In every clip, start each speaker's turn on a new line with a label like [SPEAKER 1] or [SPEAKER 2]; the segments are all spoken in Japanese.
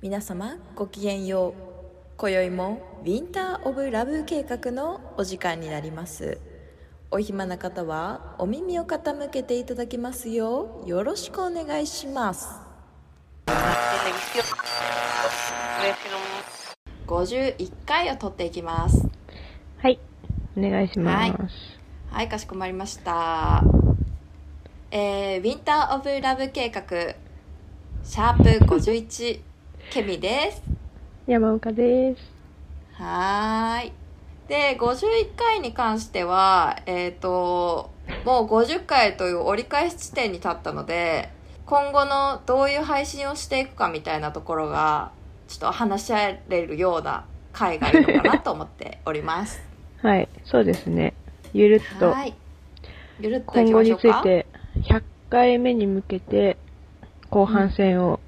[SPEAKER 1] 皆様ごきげんよう今宵もウィンター・オブ・ラブ計画のお時間になりますお暇な方はお耳を傾けていただきますようよろしくお願いします
[SPEAKER 2] televisión. Televisión.
[SPEAKER 1] 51回を撮っていきます
[SPEAKER 3] はい。お願いします。
[SPEAKER 1] はいはいかしこまりましたえー、ウィンター・オブ・ラブ計画シャープ51ケミです
[SPEAKER 3] 山岡です。
[SPEAKER 1] はーい。で、51回に関しては、えっ、と、もう50回という折り返し地点に立ったので、今後のどういう配信をしていくかみたいなところが、ちょっと話し合えるような回がいいのかなと思っております。
[SPEAKER 3] はい。そうですね。ゆるっと
[SPEAKER 1] は、ーい。ゆるっといきま
[SPEAKER 3] 今後
[SPEAKER 1] し
[SPEAKER 3] に
[SPEAKER 1] ょう
[SPEAKER 3] つい
[SPEAKER 1] か。
[SPEAKER 3] て、100回目に向けて、後半戦を、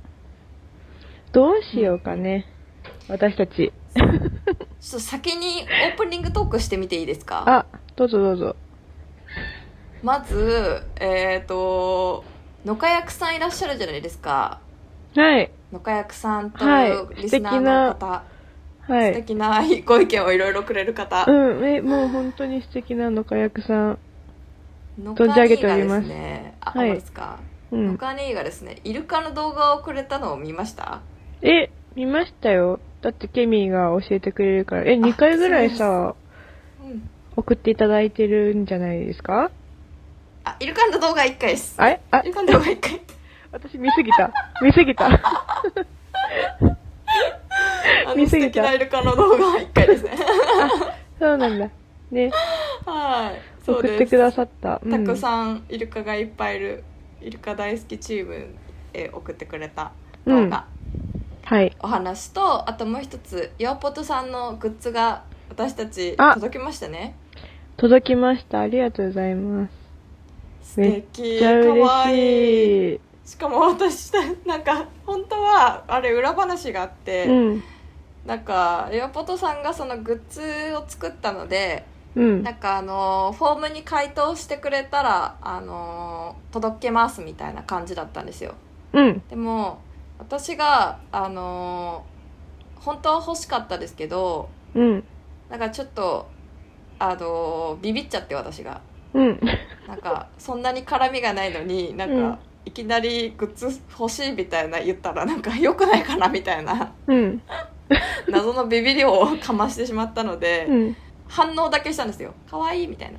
[SPEAKER 3] どうしようかね。私たち。
[SPEAKER 1] ちょっと先にオープニングトークしてみていいですか
[SPEAKER 3] あ、どうぞどうぞ。
[SPEAKER 1] まず、えっ、と、野家役さんいらっしゃるじゃないですか。
[SPEAKER 3] はい。
[SPEAKER 1] 野家役さんと
[SPEAKER 3] はい
[SPEAKER 1] いうリスナーの方。
[SPEAKER 3] は
[SPEAKER 1] 素
[SPEAKER 3] い。
[SPEAKER 1] 敵なご意見をいろいろくれる方、
[SPEAKER 3] うん、え、もう本当に素敵なのか役さん。
[SPEAKER 1] の
[SPEAKER 3] 存じ上げております
[SPEAKER 1] ですねあ、
[SPEAKER 3] はい
[SPEAKER 1] そうですか、
[SPEAKER 3] う
[SPEAKER 1] ノ
[SPEAKER 3] ん。
[SPEAKER 1] カニーがですねイルカの動画をくれたのを見ました
[SPEAKER 3] え、見ましたよ。だってケミーが教えてくれるから。え、2回ぐらいさ、
[SPEAKER 1] うん
[SPEAKER 3] 送っていただいてるんじゃないですか
[SPEAKER 1] あイルカの動画1回です
[SPEAKER 3] あれあ
[SPEAKER 1] イルカの動画1回
[SPEAKER 3] 私見すぎた。見す ぎた。
[SPEAKER 1] あの
[SPEAKER 3] 見
[SPEAKER 1] 素
[SPEAKER 3] すぎ
[SPEAKER 1] 敵
[SPEAKER 3] た
[SPEAKER 1] なイルカの動画1回です ね
[SPEAKER 3] そうなんだ。ね、
[SPEAKER 1] はいそう
[SPEAKER 3] 送
[SPEAKER 1] です
[SPEAKER 3] ってくださった。う
[SPEAKER 1] たくさんイルカがいっぱいいるイルカ大好きチームへ送ってくれた動画、
[SPEAKER 3] はい。
[SPEAKER 1] お話とあともう一つヨーポトさんのグッズが私たち
[SPEAKER 3] あ
[SPEAKER 1] 届きましたね
[SPEAKER 3] 届きました。ありがとうございます。
[SPEAKER 1] 素
[SPEAKER 3] めっ
[SPEAKER 1] 敵
[SPEAKER 3] ち
[SPEAKER 1] か
[SPEAKER 3] ゃ
[SPEAKER 1] わ
[SPEAKER 3] 嬉
[SPEAKER 1] いい
[SPEAKER 3] しい。
[SPEAKER 1] しかも私なんか本当はあれ裏話があって、
[SPEAKER 3] うん。
[SPEAKER 1] なんかエアポトさんがそのグッズを作ったので、
[SPEAKER 3] うん
[SPEAKER 1] な。んかあのフォームに回答してくれたらあの届けますみたいな感じだったんですよ
[SPEAKER 3] うん。
[SPEAKER 1] でも私があの本当は欲しかったですけど
[SPEAKER 3] うん。
[SPEAKER 1] なんかちょっとあのビビっちゃって私が
[SPEAKER 3] うん。
[SPEAKER 1] なんかそんなに絡みがないのになんか、
[SPEAKER 3] うん
[SPEAKER 1] いきなりグッズ欲しいみたいな言ったらなんか良くないかなみたい な
[SPEAKER 3] うん。
[SPEAKER 1] 謎のビビりをかましてしまったので、
[SPEAKER 3] うん。
[SPEAKER 1] 反応だけしたんですよ可愛いみたいな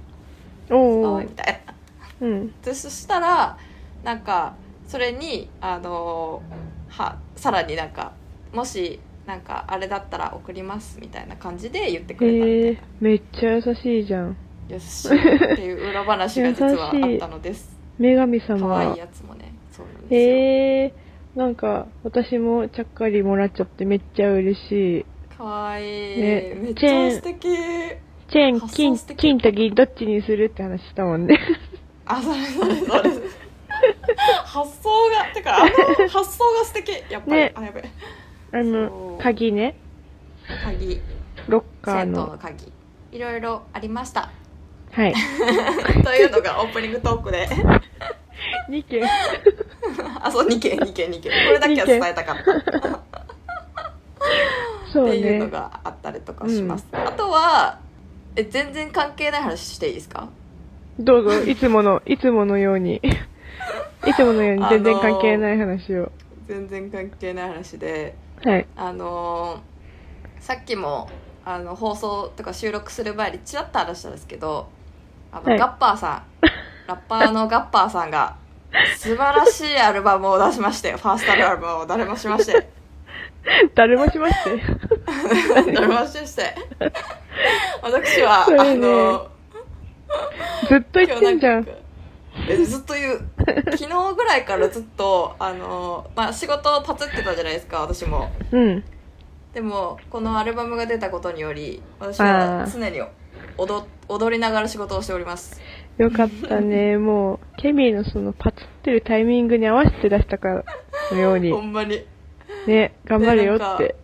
[SPEAKER 1] 可
[SPEAKER 3] お
[SPEAKER 1] 愛い
[SPEAKER 3] ー
[SPEAKER 1] み。たいな
[SPEAKER 3] うん。
[SPEAKER 1] でそしたらなんかそれにあのはさらになんかもしなんかあれだったら送りますみたいな感じで言ってくれた、
[SPEAKER 3] えー、めっちゃ優しいじゃん。
[SPEAKER 1] よしっていう裏話が実はあったのです
[SPEAKER 3] 女神様
[SPEAKER 1] 可愛い
[SPEAKER 3] は。
[SPEAKER 1] やつもねそうなんですよ、
[SPEAKER 3] えー、なんか、私もちゃっかりもらっちゃってめっちゃ嬉しい。
[SPEAKER 1] かわいい、
[SPEAKER 3] ね
[SPEAKER 1] めっちゃ素敵
[SPEAKER 3] チェーン、
[SPEAKER 1] 発
[SPEAKER 3] 金、
[SPEAKER 1] 想素敵
[SPEAKER 3] 金と銀どっちにするって話したもんね。
[SPEAKER 1] あそれそれ それ発想がてかあの発想が素敵やっぱり、
[SPEAKER 3] ね
[SPEAKER 1] あやべえ
[SPEAKER 3] あ
[SPEAKER 1] そう
[SPEAKER 3] の、鍵ね。
[SPEAKER 1] 鍵
[SPEAKER 3] ロッカー
[SPEAKER 1] 銭湯の
[SPEAKER 3] の。
[SPEAKER 1] 鍵いろいろありました
[SPEAKER 3] はい。
[SPEAKER 1] というのがオープニングトークで
[SPEAKER 3] 2件。
[SPEAKER 1] あそう2件2件2件これだけは伝えたかった
[SPEAKER 3] そ
[SPEAKER 1] っ
[SPEAKER 3] う
[SPEAKER 1] ていうの
[SPEAKER 3] ね。
[SPEAKER 1] があったりとかします、あとはえ全然関係ない話していいですか
[SPEAKER 3] どうぞ、いつもの、いつものよ うに。いつものように全然関係ない話を。
[SPEAKER 1] 全然関係ない話で
[SPEAKER 3] はい。
[SPEAKER 1] あのーさっきもあの放送とか収録する前にちらっと話したんですけどあの、
[SPEAKER 3] はい
[SPEAKER 1] ガッパーさんラッパーのガッパーさんが素晴らしいアルバムを出しましてファーストアルバムを誰もしまして
[SPEAKER 3] 誰もし まして。
[SPEAKER 1] 誰もしまして私は、
[SPEAKER 3] それね
[SPEAKER 1] あの
[SPEAKER 3] ずっと言
[SPEAKER 1] 今
[SPEAKER 3] っ
[SPEAKER 1] 日
[SPEAKER 3] てんじ
[SPEAKER 1] な
[SPEAKER 3] ゃ
[SPEAKER 1] ん
[SPEAKER 3] ん
[SPEAKER 1] か。えずっと言う昨日ぐらいからずっとあの、まあ、仕事をパツってたじゃないですか私も
[SPEAKER 3] うん。
[SPEAKER 1] でもこのアルバムが出たことにより私は常に踊踊りながら仕事をしております
[SPEAKER 3] よかっ たね。もう、ケミーのそのパツってるタイミングに合わせて出したかのように
[SPEAKER 1] ほ。んまに
[SPEAKER 3] ね、頑張れよ
[SPEAKER 1] なんか
[SPEAKER 3] って。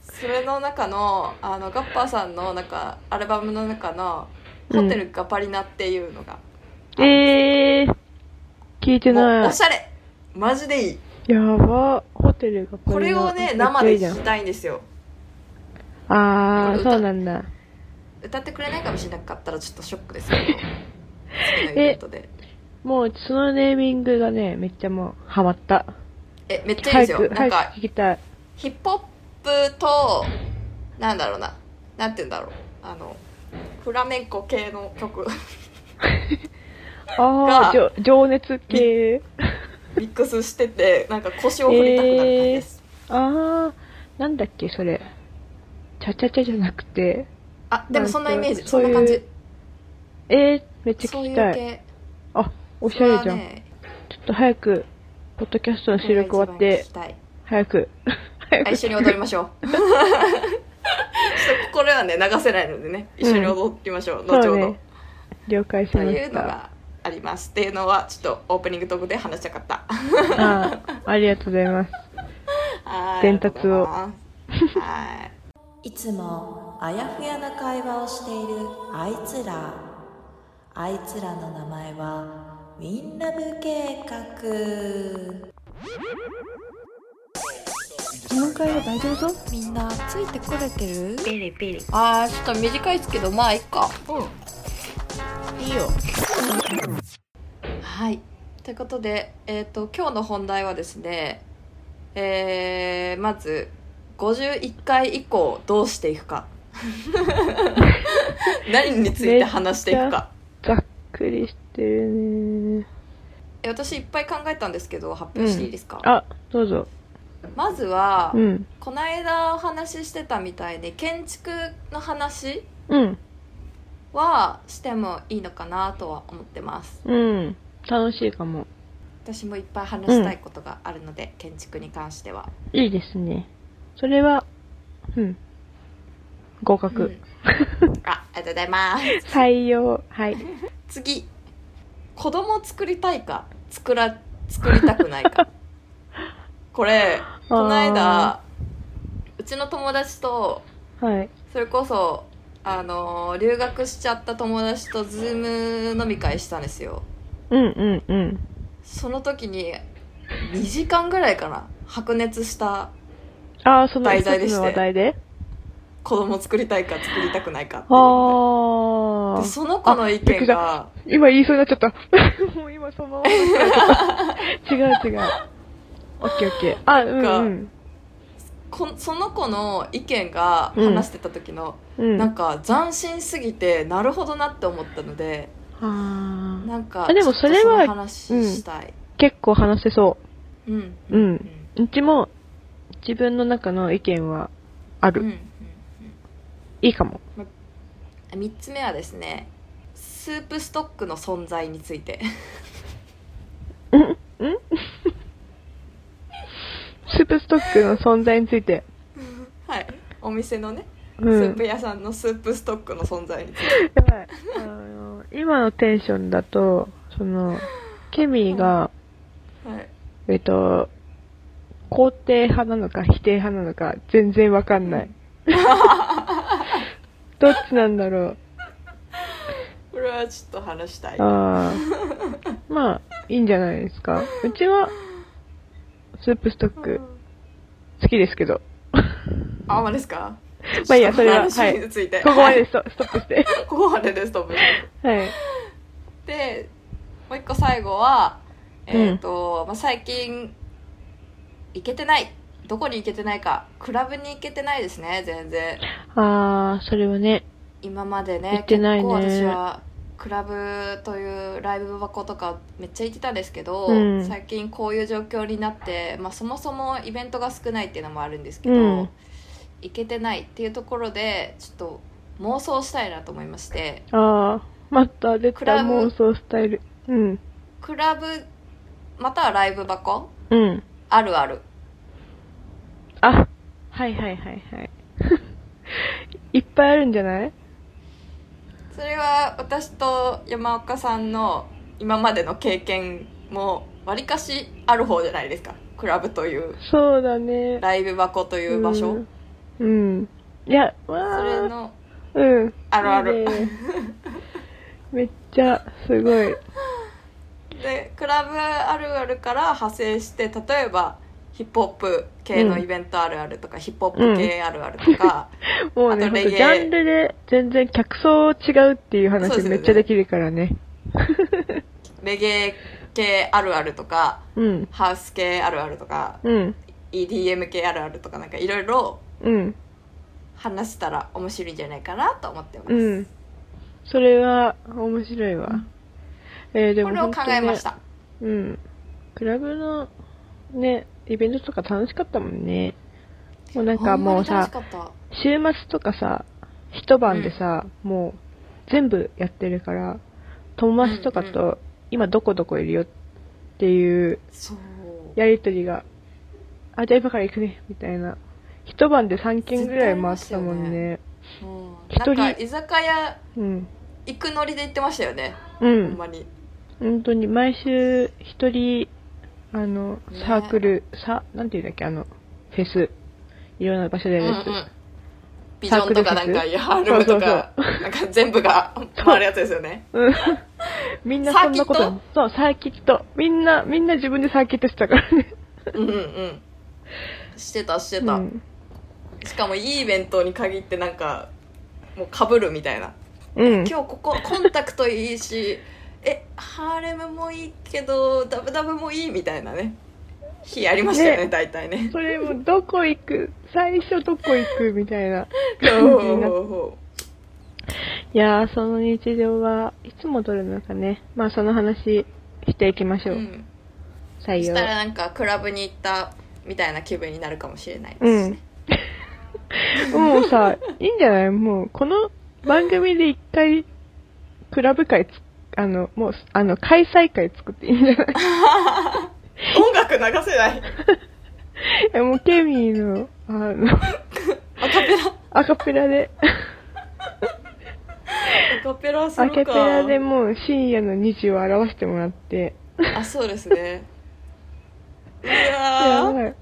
[SPEAKER 1] それの中のあのガッパーさんのなんかアルバムの中の「
[SPEAKER 3] うん
[SPEAKER 1] ホテルガパリナ」っていうのが、
[SPEAKER 3] えー、聞いて
[SPEAKER 1] もう
[SPEAKER 3] な
[SPEAKER 1] おしゃれマジでいい
[SPEAKER 3] い。やば。ホテルが
[SPEAKER 1] これをね生で聞きたいんですよ
[SPEAKER 3] ああ
[SPEAKER 1] これ歌
[SPEAKER 3] そうなんだ
[SPEAKER 1] 歌ってくれないかもしれなかったらちょっとショック ですけど次のイベントで
[SPEAKER 3] もうそのネーミングがねめっちゃもうハマった
[SPEAKER 1] えめっちゃいいで
[SPEAKER 3] 早
[SPEAKER 1] すよ
[SPEAKER 3] く
[SPEAKER 1] なん
[SPEAKER 3] 早く
[SPEAKER 1] か
[SPEAKER 3] 聞きたい
[SPEAKER 1] ヒップホップとなんだろうななんて言うんだろうあのフラメンコ系の曲
[SPEAKER 3] ああ
[SPEAKER 1] が
[SPEAKER 3] 情熱系
[SPEAKER 1] ミックスしててなんか腰を振りたくなる感じです、
[SPEAKER 3] ああなんだっけそれチャチャチャじゃなくて
[SPEAKER 1] あでもそんなイメージ
[SPEAKER 3] そ
[SPEAKER 1] そ
[SPEAKER 3] うんいう
[SPEAKER 1] な感じ
[SPEAKER 3] えー、めっちゃ
[SPEAKER 1] そう
[SPEAKER 3] 聞
[SPEAKER 1] い
[SPEAKER 3] き
[SPEAKER 1] う
[SPEAKER 3] たい
[SPEAKER 1] 系
[SPEAKER 3] おしゃれ
[SPEAKER 1] そ
[SPEAKER 3] じ
[SPEAKER 1] れ
[SPEAKER 3] ゃ
[SPEAKER 1] は
[SPEAKER 3] ん、
[SPEAKER 1] ね
[SPEAKER 3] ちょっと早くポッドキャストの収録終わっ
[SPEAKER 1] これが
[SPEAKER 3] て
[SPEAKER 1] 一番聞き
[SPEAKER 3] 早く
[SPEAKER 1] た
[SPEAKER 3] 早
[SPEAKER 1] いあ
[SPEAKER 3] く
[SPEAKER 1] 一緒に踊りましょう ちょっとこれはね流せないのでね一緒に踊りましょう、後ほ
[SPEAKER 3] そ
[SPEAKER 1] ど、
[SPEAKER 3] うね了解し
[SPEAKER 1] と
[SPEAKER 3] ま
[SPEAKER 1] いう
[SPEAKER 3] し
[SPEAKER 1] の
[SPEAKER 3] た
[SPEAKER 1] がありますっていうのはちょっとオープニングトークで話したか った
[SPEAKER 3] あーありがとうございます
[SPEAKER 1] はい
[SPEAKER 3] 伝達を
[SPEAKER 1] はい
[SPEAKER 4] いつもあやふやな会話をしているあいつらあいつらの名前はウィンラブ計画
[SPEAKER 3] この会話大丈夫そう
[SPEAKER 4] みんなついてこれてる
[SPEAKER 1] あーちょっと短いですけどまあいっか
[SPEAKER 3] いいよ
[SPEAKER 1] はいということで、えー、と今日の本題はですねえー、まず51回以降どうしていく か何について話していくか
[SPEAKER 3] ざっくりしてるね
[SPEAKER 1] え私いっぱい考えたんですけど発表していいですか、
[SPEAKER 3] あどうぞ
[SPEAKER 1] まずは、
[SPEAKER 3] うん
[SPEAKER 1] この間お話ししてたみたいに建築の話
[SPEAKER 3] うん
[SPEAKER 1] はしてもいいのかなとは思ってます
[SPEAKER 3] うん楽しいかも
[SPEAKER 1] 私もいっぱい話したいことがあるので、建築に関してはい
[SPEAKER 3] いですねそれはうん合格、
[SPEAKER 1] うんあありがとうございます
[SPEAKER 3] 採用はい
[SPEAKER 1] 次子供を作りたいか作ら作りたくないかこれ この間うちの友達と
[SPEAKER 3] はい
[SPEAKER 1] それこそあのー留学しちゃった友達とズーム飲み会したんですよ
[SPEAKER 3] うんうんうん
[SPEAKER 1] その時に2時間ぐらいかな白熱した
[SPEAKER 3] ああその
[SPEAKER 1] 題
[SPEAKER 3] 一
[SPEAKER 1] 材で
[SPEAKER 3] つ
[SPEAKER 1] して
[SPEAKER 3] の話題で
[SPEAKER 1] 子供を作りたいか作りたくないかっていうの
[SPEAKER 3] あ
[SPEAKER 1] で
[SPEAKER 3] あ
[SPEAKER 1] でその子の意見が
[SPEAKER 3] 今言いそうになっちゃった もう今そのまま言っ ちゃった違う違うオッケーオッケーあうんうん
[SPEAKER 1] こその子の意見が話してた時の、
[SPEAKER 3] うん
[SPEAKER 1] なんか斬新すぎてなるほどなって思ったので
[SPEAKER 3] あー
[SPEAKER 1] なんか
[SPEAKER 3] あでもそ
[SPEAKER 1] ち
[SPEAKER 3] れは
[SPEAKER 1] ょっとその話したい、
[SPEAKER 3] 結構話せそ
[SPEAKER 1] うん
[SPEAKER 3] ううんうちも自分の中の意見はあ
[SPEAKER 1] う
[SPEAKER 3] る、
[SPEAKER 1] んうん
[SPEAKER 3] いいかも
[SPEAKER 1] 3つ目はですねスープストックの存在について
[SPEAKER 3] スープストックの存在について
[SPEAKER 1] はいお店のね、
[SPEAKER 3] う
[SPEAKER 1] スー
[SPEAKER 3] ん
[SPEAKER 1] プ屋さんのスープストックの存在について
[SPEAKER 3] やばい。あの、今のテンションだと、その、ケミーが、
[SPEAKER 1] はい
[SPEAKER 3] えっと、肯定派なのか否定派なのか全然わか んない。どっちなんだろう。
[SPEAKER 1] これはちょっと話したい
[SPEAKER 3] ああ。まあ、いいんじゃないですか。うちは、スープストック、好きですけど。
[SPEAKER 1] あんまですか
[SPEAKER 3] まあいいや、それ
[SPEAKER 1] ち
[SPEAKER 3] は、
[SPEAKER 1] ょっと
[SPEAKER 3] はい。
[SPEAKER 1] 話に
[SPEAKER 3] こ
[SPEAKER 1] ついて
[SPEAKER 3] こまで
[SPEAKER 1] はい
[SPEAKER 3] ストストップして。
[SPEAKER 1] ここまでです多分
[SPEAKER 3] はい。
[SPEAKER 1] でもう一個最後はえっ、と、まあ、最近行けてないどこに行けてないかクラブに行けてないですね全然
[SPEAKER 3] ああ、それはね、
[SPEAKER 1] 今まで
[SPEAKER 3] 行
[SPEAKER 1] ね
[SPEAKER 3] ってないね
[SPEAKER 1] 結構私はクラブというライブ箱とかめっちゃ行ってたんですけど、
[SPEAKER 3] うん
[SPEAKER 1] 最近こういう状況になって、まあ、そもそもイベントが少ないっていうのもあるんですけど、
[SPEAKER 3] うん
[SPEAKER 1] 行けてないっていうところでちょっと妄想したいなと思いまして
[SPEAKER 3] ああ、また出た
[SPEAKER 1] クラブ
[SPEAKER 3] 妄想スタイル。うん。
[SPEAKER 1] クラブまたはライブ箱
[SPEAKER 3] うん。
[SPEAKER 1] あるある
[SPEAKER 3] あ、はいはいはいはい。 いっぱいあるんじゃない
[SPEAKER 1] それは私と山岡さんの今までの経験もわりかしある方じゃないですかクラブという
[SPEAKER 3] そうだね。
[SPEAKER 1] ライブ箱という場所
[SPEAKER 3] うん。うん。いや、
[SPEAKER 1] それ
[SPEAKER 3] わあ、
[SPEAKER 1] の
[SPEAKER 3] うん。
[SPEAKER 1] あるあ
[SPEAKER 3] いい
[SPEAKER 1] る
[SPEAKER 3] ねめっちゃ、すごい。
[SPEAKER 1] でクラブあるあるから派生して例えばヒップホップ系のイベントあるあるとか、ヒップホップ系あるあるとか、
[SPEAKER 3] もうね、
[SPEAKER 1] あと
[SPEAKER 3] ほ
[SPEAKER 1] レ
[SPEAKER 3] んと
[SPEAKER 1] ゲエ
[SPEAKER 3] ジャンルで全然客層違うっていう
[SPEAKER 1] そうで
[SPEAKER 3] 話
[SPEAKER 1] すよね
[SPEAKER 3] めっちゃできるからね。
[SPEAKER 1] レゲエ系あるあるとか
[SPEAKER 3] うん。
[SPEAKER 1] ハウス系あるあるとか
[SPEAKER 3] うん。
[SPEAKER 1] EDM 系あるあるとかなんかいろいろ
[SPEAKER 3] うん。
[SPEAKER 1] 話したら面白いんじゃないかなと思ってます、
[SPEAKER 3] うん。それは面白いわ。えー、で
[SPEAKER 1] こ
[SPEAKER 3] も
[SPEAKER 1] れを考えました、
[SPEAKER 3] ほんとね。うん。クラブのね、イベントとか楽しかったもんね。もうなんかもう
[SPEAKER 1] ほんま
[SPEAKER 3] さ
[SPEAKER 1] に、楽しかっ
[SPEAKER 3] 週末とかさ一晩でさ、もう全部やってるから友達とかと、
[SPEAKER 1] う
[SPEAKER 3] 今どこどこいるよっていう
[SPEAKER 1] たそう
[SPEAKER 3] やりとりがあじゃあ今から行くねみたいな一晩で3軒ぐらい回ってたもんね
[SPEAKER 1] うん
[SPEAKER 3] 一
[SPEAKER 1] な
[SPEAKER 3] 人
[SPEAKER 1] んか居酒屋
[SPEAKER 3] うん
[SPEAKER 1] 行くノリで行ってましたよね、
[SPEAKER 3] う
[SPEAKER 1] ほん
[SPEAKER 3] ん
[SPEAKER 1] まに
[SPEAKER 3] 本当に毎週一人あの
[SPEAKER 1] ね
[SPEAKER 3] サークル、さなんていうんだっけあのフェスいろんな場所で
[SPEAKER 1] うんう
[SPEAKER 3] やるやつ、
[SPEAKER 1] んビジョンとかなんか
[SPEAKER 3] サークルフェ
[SPEAKER 1] YHRM と
[SPEAKER 3] ス
[SPEAKER 1] か
[SPEAKER 3] そ
[SPEAKER 1] なんか全部が回るやつですよね
[SPEAKER 3] うんみんなそんなこ
[SPEAKER 1] サーキッ
[SPEAKER 3] とそうサーキットみんなみんな自分でサーキットしてたからね
[SPEAKER 1] うんうんしてたしてた、
[SPEAKER 3] うん
[SPEAKER 1] しかもいいイベントに限ってなんかもうかぶるみたいな
[SPEAKER 3] うん
[SPEAKER 1] 今日ここコンタクトいいしえハーレムもいいけどダブダブもいいみたいなね日ありましたよね
[SPEAKER 3] ね
[SPEAKER 1] 大体ね
[SPEAKER 3] それもどこ行く最初どこ行くみたいな
[SPEAKER 1] ほ
[SPEAKER 3] 感
[SPEAKER 1] う
[SPEAKER 3] じ
[SPEAKER 1] ほ
[SPEAKER 3] になっ
[SPEAKER 1] うほ
[SPEAKER 3] いやーその日常はいつもどれなのかねまあその話していきまし
[SPEAKER 1] う
[SPEAKER 3] ょう、
[SPEAKER 1] うん
[SPEAKER 3] 採
[SPEAKER 1] そし
[SPEAKER 3] 用
[SPEAKER 1] たらなんかクラブに行ったみたいな気分になるかもしれないで
[SPEAKER 3] う
[SPEAKER 1] す
[SPEAKER 3] ん
[SPEAKER 1] ね、
[SPEAKER 3] もうさ いいんじゃないもうこの番組で一回クラブ会つあのもうあの開催会作っていいんじ ゃない
[SPEAKER 1] 音楽流せない
[SPEAKER 3] いやもうケミーのあ の
[SPEAKER 1] アカペラ
[SPEAKER 3] アカペラで
[SPEAKER 1] アカペラす
[SPEAKER 3] ア
[SPEAKER 1] るか
[SPEAKER 3] ケペラでもう深夜の2時を表してもらって。
[SPEAKER 1] あそうですねう
[SPEAKER 3] や
[SPEAKER 1] わ
[SPEAKER 3] ば
[SPEAKER 1] ー
[SPEAKER 3] い。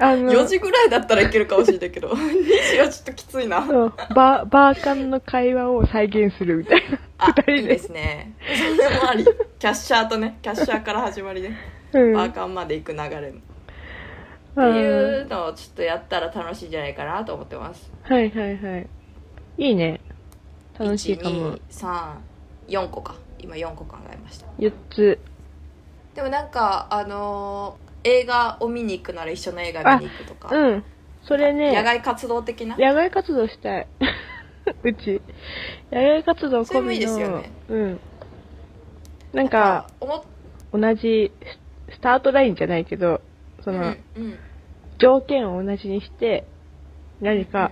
[SPEAKER 3] あの、
[SPEAKER 1] 4時ぐらいだったらいけるかもしれないけど 2時はちょっときついな
[SPEAKER 3] そうバー、バーカンの会話を再現するみたい な。
[SPEAKER 1] あ
[SPEAKER 3] 二人
[SPEAKER 1] いいですねそれもありキャッシャーとねキャッシャーから始まりで、
[SPEAKER 3] うん。
[SPEAKER 1] バーカンまで行く流れのって
[SPEAKER 3] うん
[SPEAKER 1] いうのをちょっとやったら楽しいんじゃないかなと思ってます
[SPEAKER 3] はいはいはい。いいね。楽しいかも。
[SPEAKER 1] 1234個か今4個考えました
[SPEAKER 3] 4つ。
[SPEAKER 1] でもなんかあのー映画を見に行くなら一緒の映画見に行くとか、
[SPEAKER 3] うん。それね、
[SPEAKER 1] 野外活動的な
[SPEAKER 3] 野外活動したい。 うち。野外活動込みの。
[SPEAKER 1] それもいいですよね
[SPEAKER 3] うん。なんか、
[SPEAKER 1] 思っ
[SPEAKER 3] 同じス、スタートラインじゃないけど、そ
[SPEAKER 1] うん
[SPEAKER 3] の、
[SPEAKER 1] うん
[SPEAKER 3] 条件を同じにして何か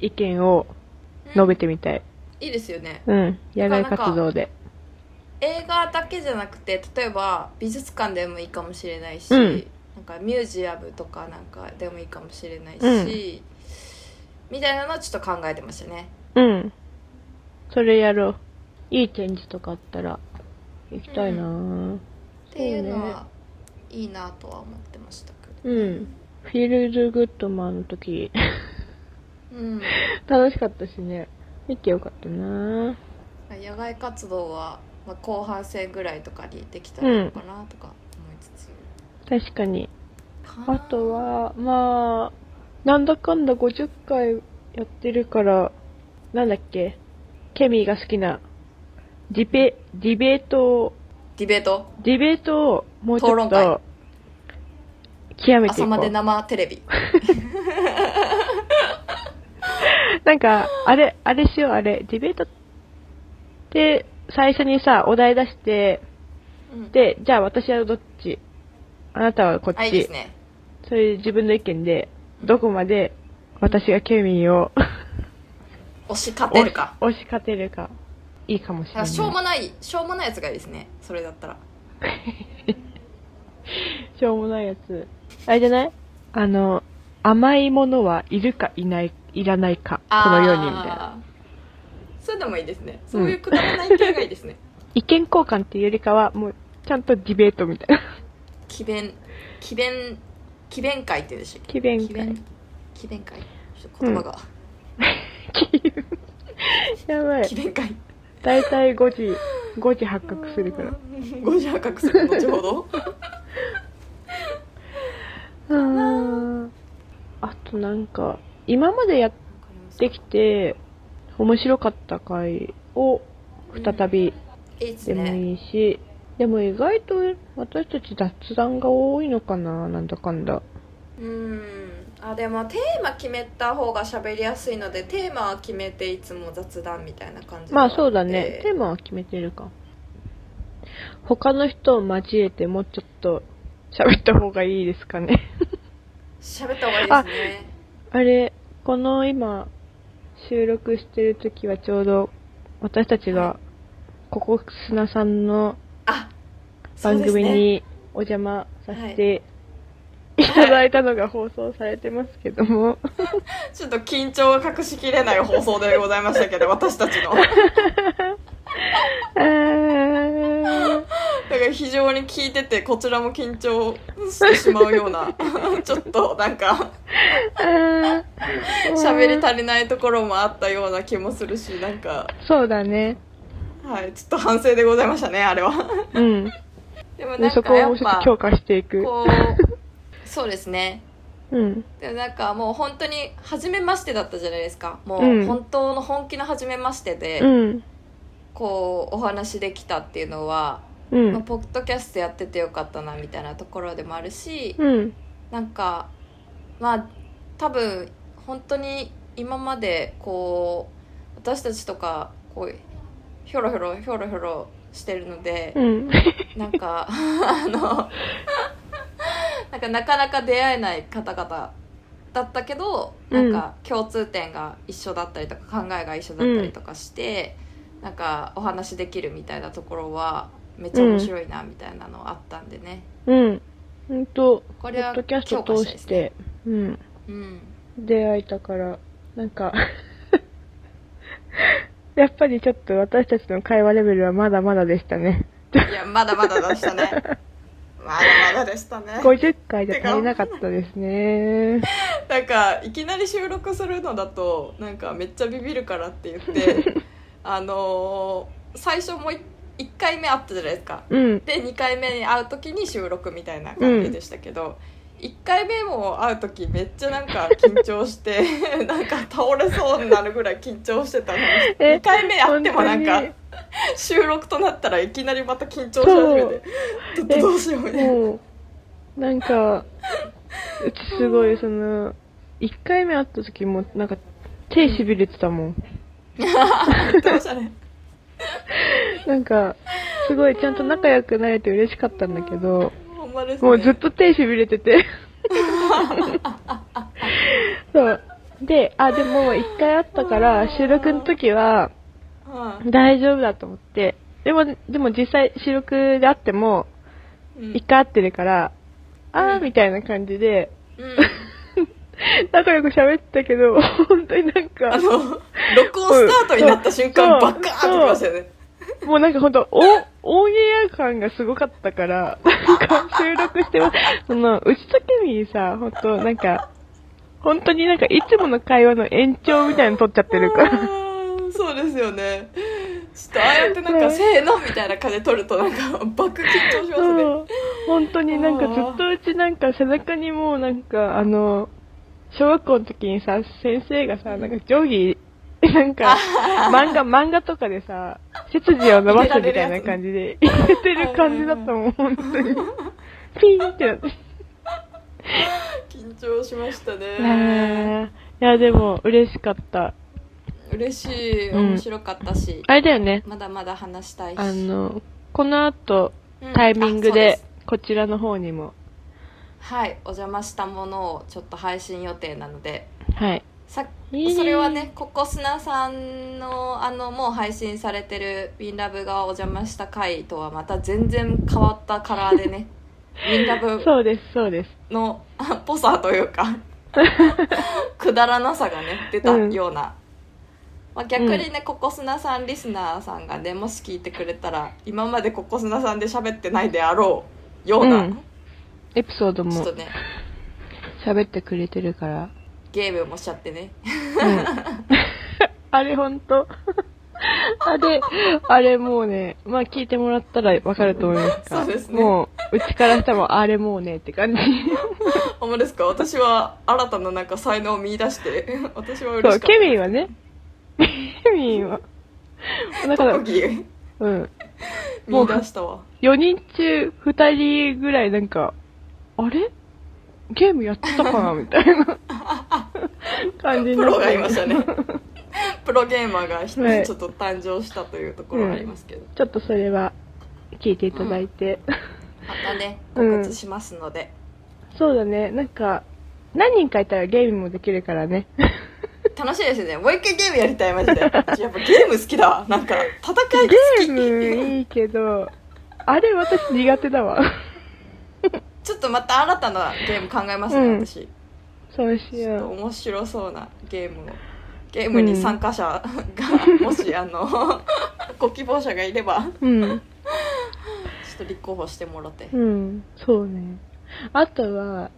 [SPEAKER 3] 意見を述べてみたい、
[SPEAKER 1] いいですよね
[SPEAKER 3] うん、野外活動で
[SPEAKER 1] 映画だけじゃなくて例えば美術館でもいいかもしれないし、
[SPEAKER 3] うん
[SPEAKER 1] なんかミュージアムとかなんかでもいいかもしれないし、
[SPEAKER 3] うん
[SPEAKER 1] みたいなのをちょっと考えてましたね
[SPEAKER 3] うんそれやろういい展示とかあったら行きたいなぁ
[SPEAKER 1] っていうのは、いいなとは思ってましたけ
[SPEAKER 3] そうねうんフィールド・グッドマンの時
[SPEAKER 1] ど、うん、
[SPEAKER 3] 楽しかったしね見てよかったなぁ
[SPEAKER 1] 野外活動は、まあ、後半戦ぐらいとかにできたらいいのかなとか思いつつ、
[SPEAKER 3] 確かに
[SPEAKER 1] かな
[SPEAKER 3] あとはまあなんだかんだ50回やってるからなんだっけケミーが好きなディベディベートを
[SPEAKER 1] ディベート
[SPEAKER 3] ディベートをもうちょっ
[SPEAKER 1] 討論
[SPEAKER 3] と極めてい
[SPEAKER 1] 朝
[SPEAKER 3] こ
[SPEAKER 1] まで
[SPEAKER 3] う
[SPEAKER 1] 生テレビ
[SPEAKER 3] なんかあれあれしようあれディベートって最初にさお題出して
[SPEAKER 1] うん
[SPEAKER 3] でじゃあ私はどっちあなたはこっち、
[SPEAKER 1] あいいですね
[SPEAKER 3] それで自分の意見でどこまで私がケミーを
[SPEAKER 1] 推し勝てるか
[SPEAKER 3] 押し勝てるかいいかもしれ
[SPEAKER 1] なん
[SPEAKER 3] ない
[SPEAKER 1] かしょうもないしょうもないやつがいいですねそれだったら
[SPEAKER 3] しょうもないやつあれじゃないあの甘いものはいるかいないいらないかこの世にみたいな
[SPEAKER 1] あーそういうのもいいですねそういうくだらない系がいいですね、
[SPEAKER 3] 意見交換っていうよりかはもうちゃんとディベートみた いな
[SPEAKER 1] 奇弁奇弁奇弁会って言うんでしたっけ
[SPEAKER 3] 奇弁会
[SPEAKER 1] 奇弁奇弁会ちょっと言葉が、
[SPEAKER 3] やば
[SPEAKER 1] 奇
[SPEAKER 3] い
[SPEAKER 1] 弁会
[SPEAKER 3] 大体5時5時発覚するから
[SPEAKER 1] 5時破格する後ほど
[SPEAKER 3] うんとなんか、今までやっ
[SPEAKER 1] わかります
[SPEAKER 3] てきて、面白かった回を再び
[SPEAKER 1] いいです
[SPEAKER 3] でも
[SPEAKER 1] ね
[SPEAKER 3] いいし、でも意外と私たち雑談が多いのかな、なんだかんだ。
[SPEAKER 1] うんあでもテーマ決めた方が喋りやすいのでテーマは決めていつも雑談みたいな感じで
[SPEAKER 3] まあそうだね、テー
[SPEAKER 1] マ
[SPEAKER 3] マは決めてるか。他の人を交えてもうちょっと喋った方がいいですかね。
[SPEAKER 1] 喋った方がいいですね
[SPEAKER 3] あれ、この今、収録してる時はちょうど、私たちが、ここ砂さんの
[SPEAKER 1] あそう
[SPEAKER 3] 番
[SPEAKER 1] です
[SPEAKER 3] 組
[SPEAKER 1] ね
[SPEAKER 3] にお邪魔させていただいたのが放送されてますけども、
[SPEAKER 1] ちょっと緊張を隠しきれない放送でございましたけ ど私たちのだ
[SPEAKER 3] あー
[SPEAKER 1] から非常に聞いててこちらも緊張してしまうような ちょっとなんか
[SPEAKER 3] あー
[SPEAKER 1] 喋り足りないところもあったような気もするしなんか
[SPEAKER 3] そうだね。
[SPEAKER 1] はいちょっと反省でございましたねあれは
[SPEAKER 3] うん。
[SPEAKER 1] でも
[SPEAKER 3] で
[SPEAKER 1] なん
[SPEAKER 3] そ
[SPEAKER 1] か
[SPEAKER 3] こを
[SPEAKER 1] や
[SPEAKER 3] も
[SPEAKER 1] っ
[SPEAKER 3] うちょっ
[SPEAKER 1] ぱ
[SPEAKER 3] と強化していく。
[SPEAKER 1] こうそうですね
[SPEAKER 3] うん。
[SPEAKER 1] でもなんかもう本当に初めましてだったじゃないですかも
[SPEAKER 3] う
[SPEAKER 1] うん本当の本気の初めましてで、
[SPEAKER 3] うん。
[SPEAKER 1] こうお話できたっていうのは、
[SPEAKER 3] う
[SPEAKER 1] まあ、
[SPEAKER 3] ん。
[SPEAKER 1] ポッドキャストやっててよかったなみたいなところでもあるし、
[SPEAKER 3] うん。
[SPEAKER 1] なんかまあ多分本当に今までこう私たちとかこうひょろひょろひょろひょろしてるので、
[SPEAKER 3] うん。
[SPEAKER 1] なんか あのなんかなかなか出会えない方々だったけどなんか共通点が一緒だったりとか考えが一緒だったりとかして、なんかお話できるみたいなところはめっちゃ面白いなみたいなのあったんでね、
[SPEAKER 3] うん。ほんと、ポ
[SPEAKER 1] これは
[SPEAKER 3] ッドキャスト通
[SPEAKER 1] 強化しい
[SPEAKER 3] したて、うん。
[SPEAKER 1] うん、
[SPEAKER 3] 出会えたから、なんか、やっぱりちょっと私たちの会話レベルはまだまだでしたね。
[SPEAKER 1] いやまだまだでした ねまだまだでしたね
[SPEAKER 3] 50回じゃ足りなかったですね。
[SPEAKER 1] なんかいきなり収録するのだとなんかめっちゃビビるからって言って あのー最初も1回目あったじゃないですか
[SPEAKER 3] うん。
[SPEAKER 1] で2回目に会う時に収録みたいな感じでしたけど、1回目も会う時めっちゃなんか緊張して なんか倒れそうになるぐらい緊張してたのに
[SPEAKER 3] え
[SPEAKER 1] 2回目会ってもなんか
[SPEAKER 3] 本
[SPEAKER 1] 収録となったらいきなりまた緊張し始めてちょっと
[SPEAKER 3] え
[SPEAKER 1] どうしようみたいな。
[SPEAKER 3] もう、なんか、うちすごい、その、1回目会った時も、なんか、手痺れてたもん。
[SPEAKER 1] 言ってましたね
[SPEAKER 3] なんか、すごいちゃんと仲良くなれて嬉しかったんだけど、
[SPEAKER 1] ほんまですね
[SPEAKER 3] もうずっと手しびれ てて。そう。で、あ、でも一回あったから、収録の時は
[SPEAKER 1] はい
[SPEAKER 3] 大丈夫だと思って。でも、でも実際収録であっても、
[SPEAKER 1] うん
[SPEAKER 3] 一回会ってるから、あーみたいな感じで、
[SPEAKER 1] うん
[SPEAKER 3] 仲良く喋ってた けど、本当になん
[SPEAKER 1] あ
[SPEAKER 3] か、
[SPEAKER 1] の、録音スタートになった瞬間、
[SPEAKER 3] そ
[SPEAKER 1] バッ
[SPEAKER 3] う
[SPEAKER 1] カーンってきましたよね。
[SPEAKER 3] もうなんかほんと、お、オンエア感がすごかったから、なんか収録し てます。その、うちとけみさ、ほんと、なんか、本当になんかいつもの会話の延長みたいに撮っちゃってるから。
[SPEAKER 1] あーそうですよね。ちょっとああやってなんか、
[SPEAKER 3] ね
[SPEAKER 1] せーのみたいな感じで撮ると、なんか、バック緊張しますね。
[SPEAKER 3] そう本当になんかずっとうちなんか背中にもうなんかあの、小学校の時にさ、先生がさ、なんか定規、な んか漫画、漫画とかでさ、背筋を伸ばすみたいな感じで入れてる感じだったもん、本当 に。ピーンってなって。
[SPEAKER 1] 緊張しましたね。
[SPEAKER 3] ねえいや、でも、嬉しかった。
[SPEAKER 1] 嬉しい、
[SPEAKER 3] うん
[SPEAKER 1] 面白かったし、
[SPEAKER 3] あれだよね。
[SPEAKER 1] まだまだ話したいし。
[SPEAKER 3] あの、この後、
[SPEAKER 1] うん
[SPEAKER 3] タイミング
[SPEAKER 1] あそう
[SPEAKER 3] で
[SPEAKER 1] です、
[SPEAKER 3] こちらの方にも、
[SPEAKER 1] はい、お邪魔したものをちょっと配信予定なので、
[SPEAKER 3] はい。
[SPEAKER 1] さ
[SPEAKER 3] いいね
[SPEAKER 1] それはねここ砂さんのあのもう配信されてる「ウィンラブがお邪魔した回とはまた全然変わったカラーで ね「ウィンラブ
[SPEAKER 3] そうです、そうです。
[SPEAKER 1] の あぽさという かくだらなさがね出たような、まあ、逆にね、ここ砂さんリスナーさんがねもし聞いてくれたら今までここ砂さんで喋ってないであろうような、
[SPEAKER 3] うんエピソード
[SPEAKER 1] ちょっ
[SPEAKER 3] も
[SPEAKER 1] とね
[SPEAKER 3] 喋ってくれてるから。
[SPEAKER 1] ゲームもしちゃってね
[SPEAKER 3] うん、 あれ、ほんと。あれ、あれもうね、まあ聞いてもらったらわかると思いますが
[SPEAKER 1] そうですね
[SPEAKER 3] もうちからしたらもうあれもうねって感じ。
[SPEAKER 1] ほんまですか私は新たななんか才能を見出して、 私は嬉しかっ
[SPEAKER 3] そう、
[SPEAKER 1] た。
[SPEAKER 3] ケミンはね、ケミンは、だから、
[SPEAKER 1] 特技
[SPEAKER 3] うん。
[SPEAKER 1] 見出したわ。
[SPEAKER 3] 4人中2人ぐらいなんか、あれゲームやってたかなみた いな感じに
[SPEAKER 1] プ
[SPEAKER 3] なっ
[SPEAKER 1] ロ
[SPEAKER 3] て
[SPEAKER 1] がいましたね。プロゲーマーが一
[SPEAKER 3] はい
[SPEAKER 1] 人ちょっと誕生したというところがありますけど。
[SPEAKER 3] ちょっとそれは聞いていただいて。
[SPEAKER 1] またね、
[SPEAKER 3] うん
[SPEAKER 1] 告知しますので。
[SPEAKER 3] そうだね、なんか、何人かいたらゲームもできるか らね。
[SPEAKER 1] 楽しいですね。もう一回ゲームやりたい、マジで。やっぱゲーム好きだわ。なんか、戦いが好
[SPEAKER 3] ゲ
[SPEAKER 1] き。
[SPEAKER 3] ームいいけど、あれ私苦手だわ。
[SPEAKER 1] ちょっとまた新たなゲーム考えますね、
[SPEAKER 3] うん
[SPEAKER 1] 私。
[SPEAKER 3] そうし
[SPEAKER 1] ちょっと
[SPEAKER 3] よ
[SPEAKER 1] 面白そうなゲームを。ゲームに参加者が、もし、あの、 ご希望者がいれば、ちょ
[SPEAKER 3] う。うん。
[SPEAKER 1] っと立候補してもらって。
[SPEAKER 3] うん、そうね。あとは、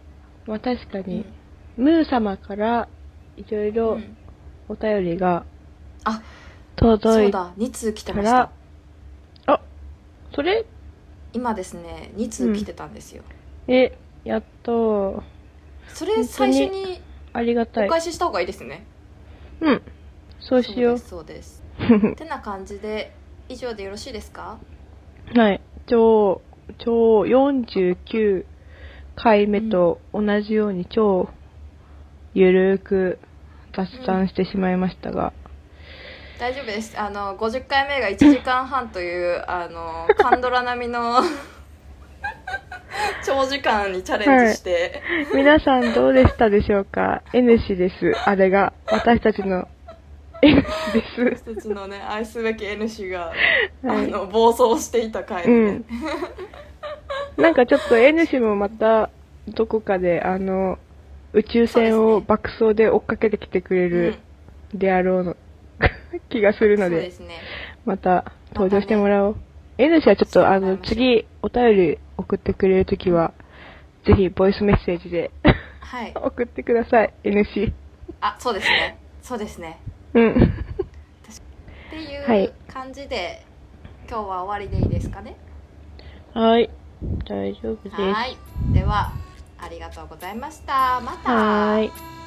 [SPEAKER 3] まあ確かに、ムー様からいろいうろ
[SPEAKER 1] ん
[SPEAKER 3] お便りが
[SPEAKER 1] あ
[SPEAKER 3] 届
[SPEAKER 1] そう
[SPEAKER 3] いた
[SPEAKER 1] だ、2通来てまし
[SPEAKER 3] ら
[SPEAKER 1] た。、
[SPEAKER 3] あ、それ
[SPEAKER 1] 今ですね、2通来てたんですよ。
[SPEAKER 3] え、やっと、
[SPEAKER 1] それ最初に
[SPEAKER 3] ありが
[SPEAKER 1] お
[SPEAKER 3] たい。
[SPEAKER 1] 返しした方がいいですね。
[SPEAKER 3] うん。そうしよう。
[SPEAKER 1] そうです、そう です。てな感じで、以上でよろしいですか
[SPEAKER 3] はい。超、超49回目と同じように超ゆるーく雑談してしまいましたが、
[SPEAKER 1] 大丈夫ですあの50回目が1時間半というあのカンドラ並みの 長時間にチャレンジして、
[SPEAKER 3] 皆さんどうでしたでしょうか ?N 氏です。あれが、私たちの N 氏です。
[SPEAKER 1] 私たちのね愛すべき N 氏が、
[SPEAKER 3] はい
[SPEAKER 1] あの暴走していた回
[SPEAKER 3] う
[SPEAKER 1] で、ね
[SPEAKER 3] ん。なんかちょっと N 氏もまたどこかであの宇宙船
[SPEAKER 1] そうです
[SPEAKER 3] を
[SPEAKER 1] ね
[SPEAKER 3] 爆走で追っかけてきてくれるであろうの 気がする
[SPEAKER 1] そ
[SPEAKER 3] の
[SPEAKER 1] うで
[SPEAKER 3] で、
[SPEAKER 1] すね
[SPEAKER 3] また登場してもらおう。N 氏はちょっとあの
[SPEAKER 1] そうです
[SPEAKER 3] 次お便り送ってくれるときは、ぜひボイスメッセージで
[SPEAKER 1] はい
[SPEAKER 3] 送ってください、N 氏。
[SPEAKER 1] あそうですねそうですね
[SPEAKER 3] うん。
[SPEAKER 1] ってい
[SPEAKER 3] は
[SPEAKER 1] う
[SPEAKER 3] い
[SPEAKER 1] 感じで、今日は終わりでいいですかね
[SPEAKER 3] はい。大丈夫です。
[SPEAKER 1] はいではありがとうございましたまた
[SPEAKER 3] はーい。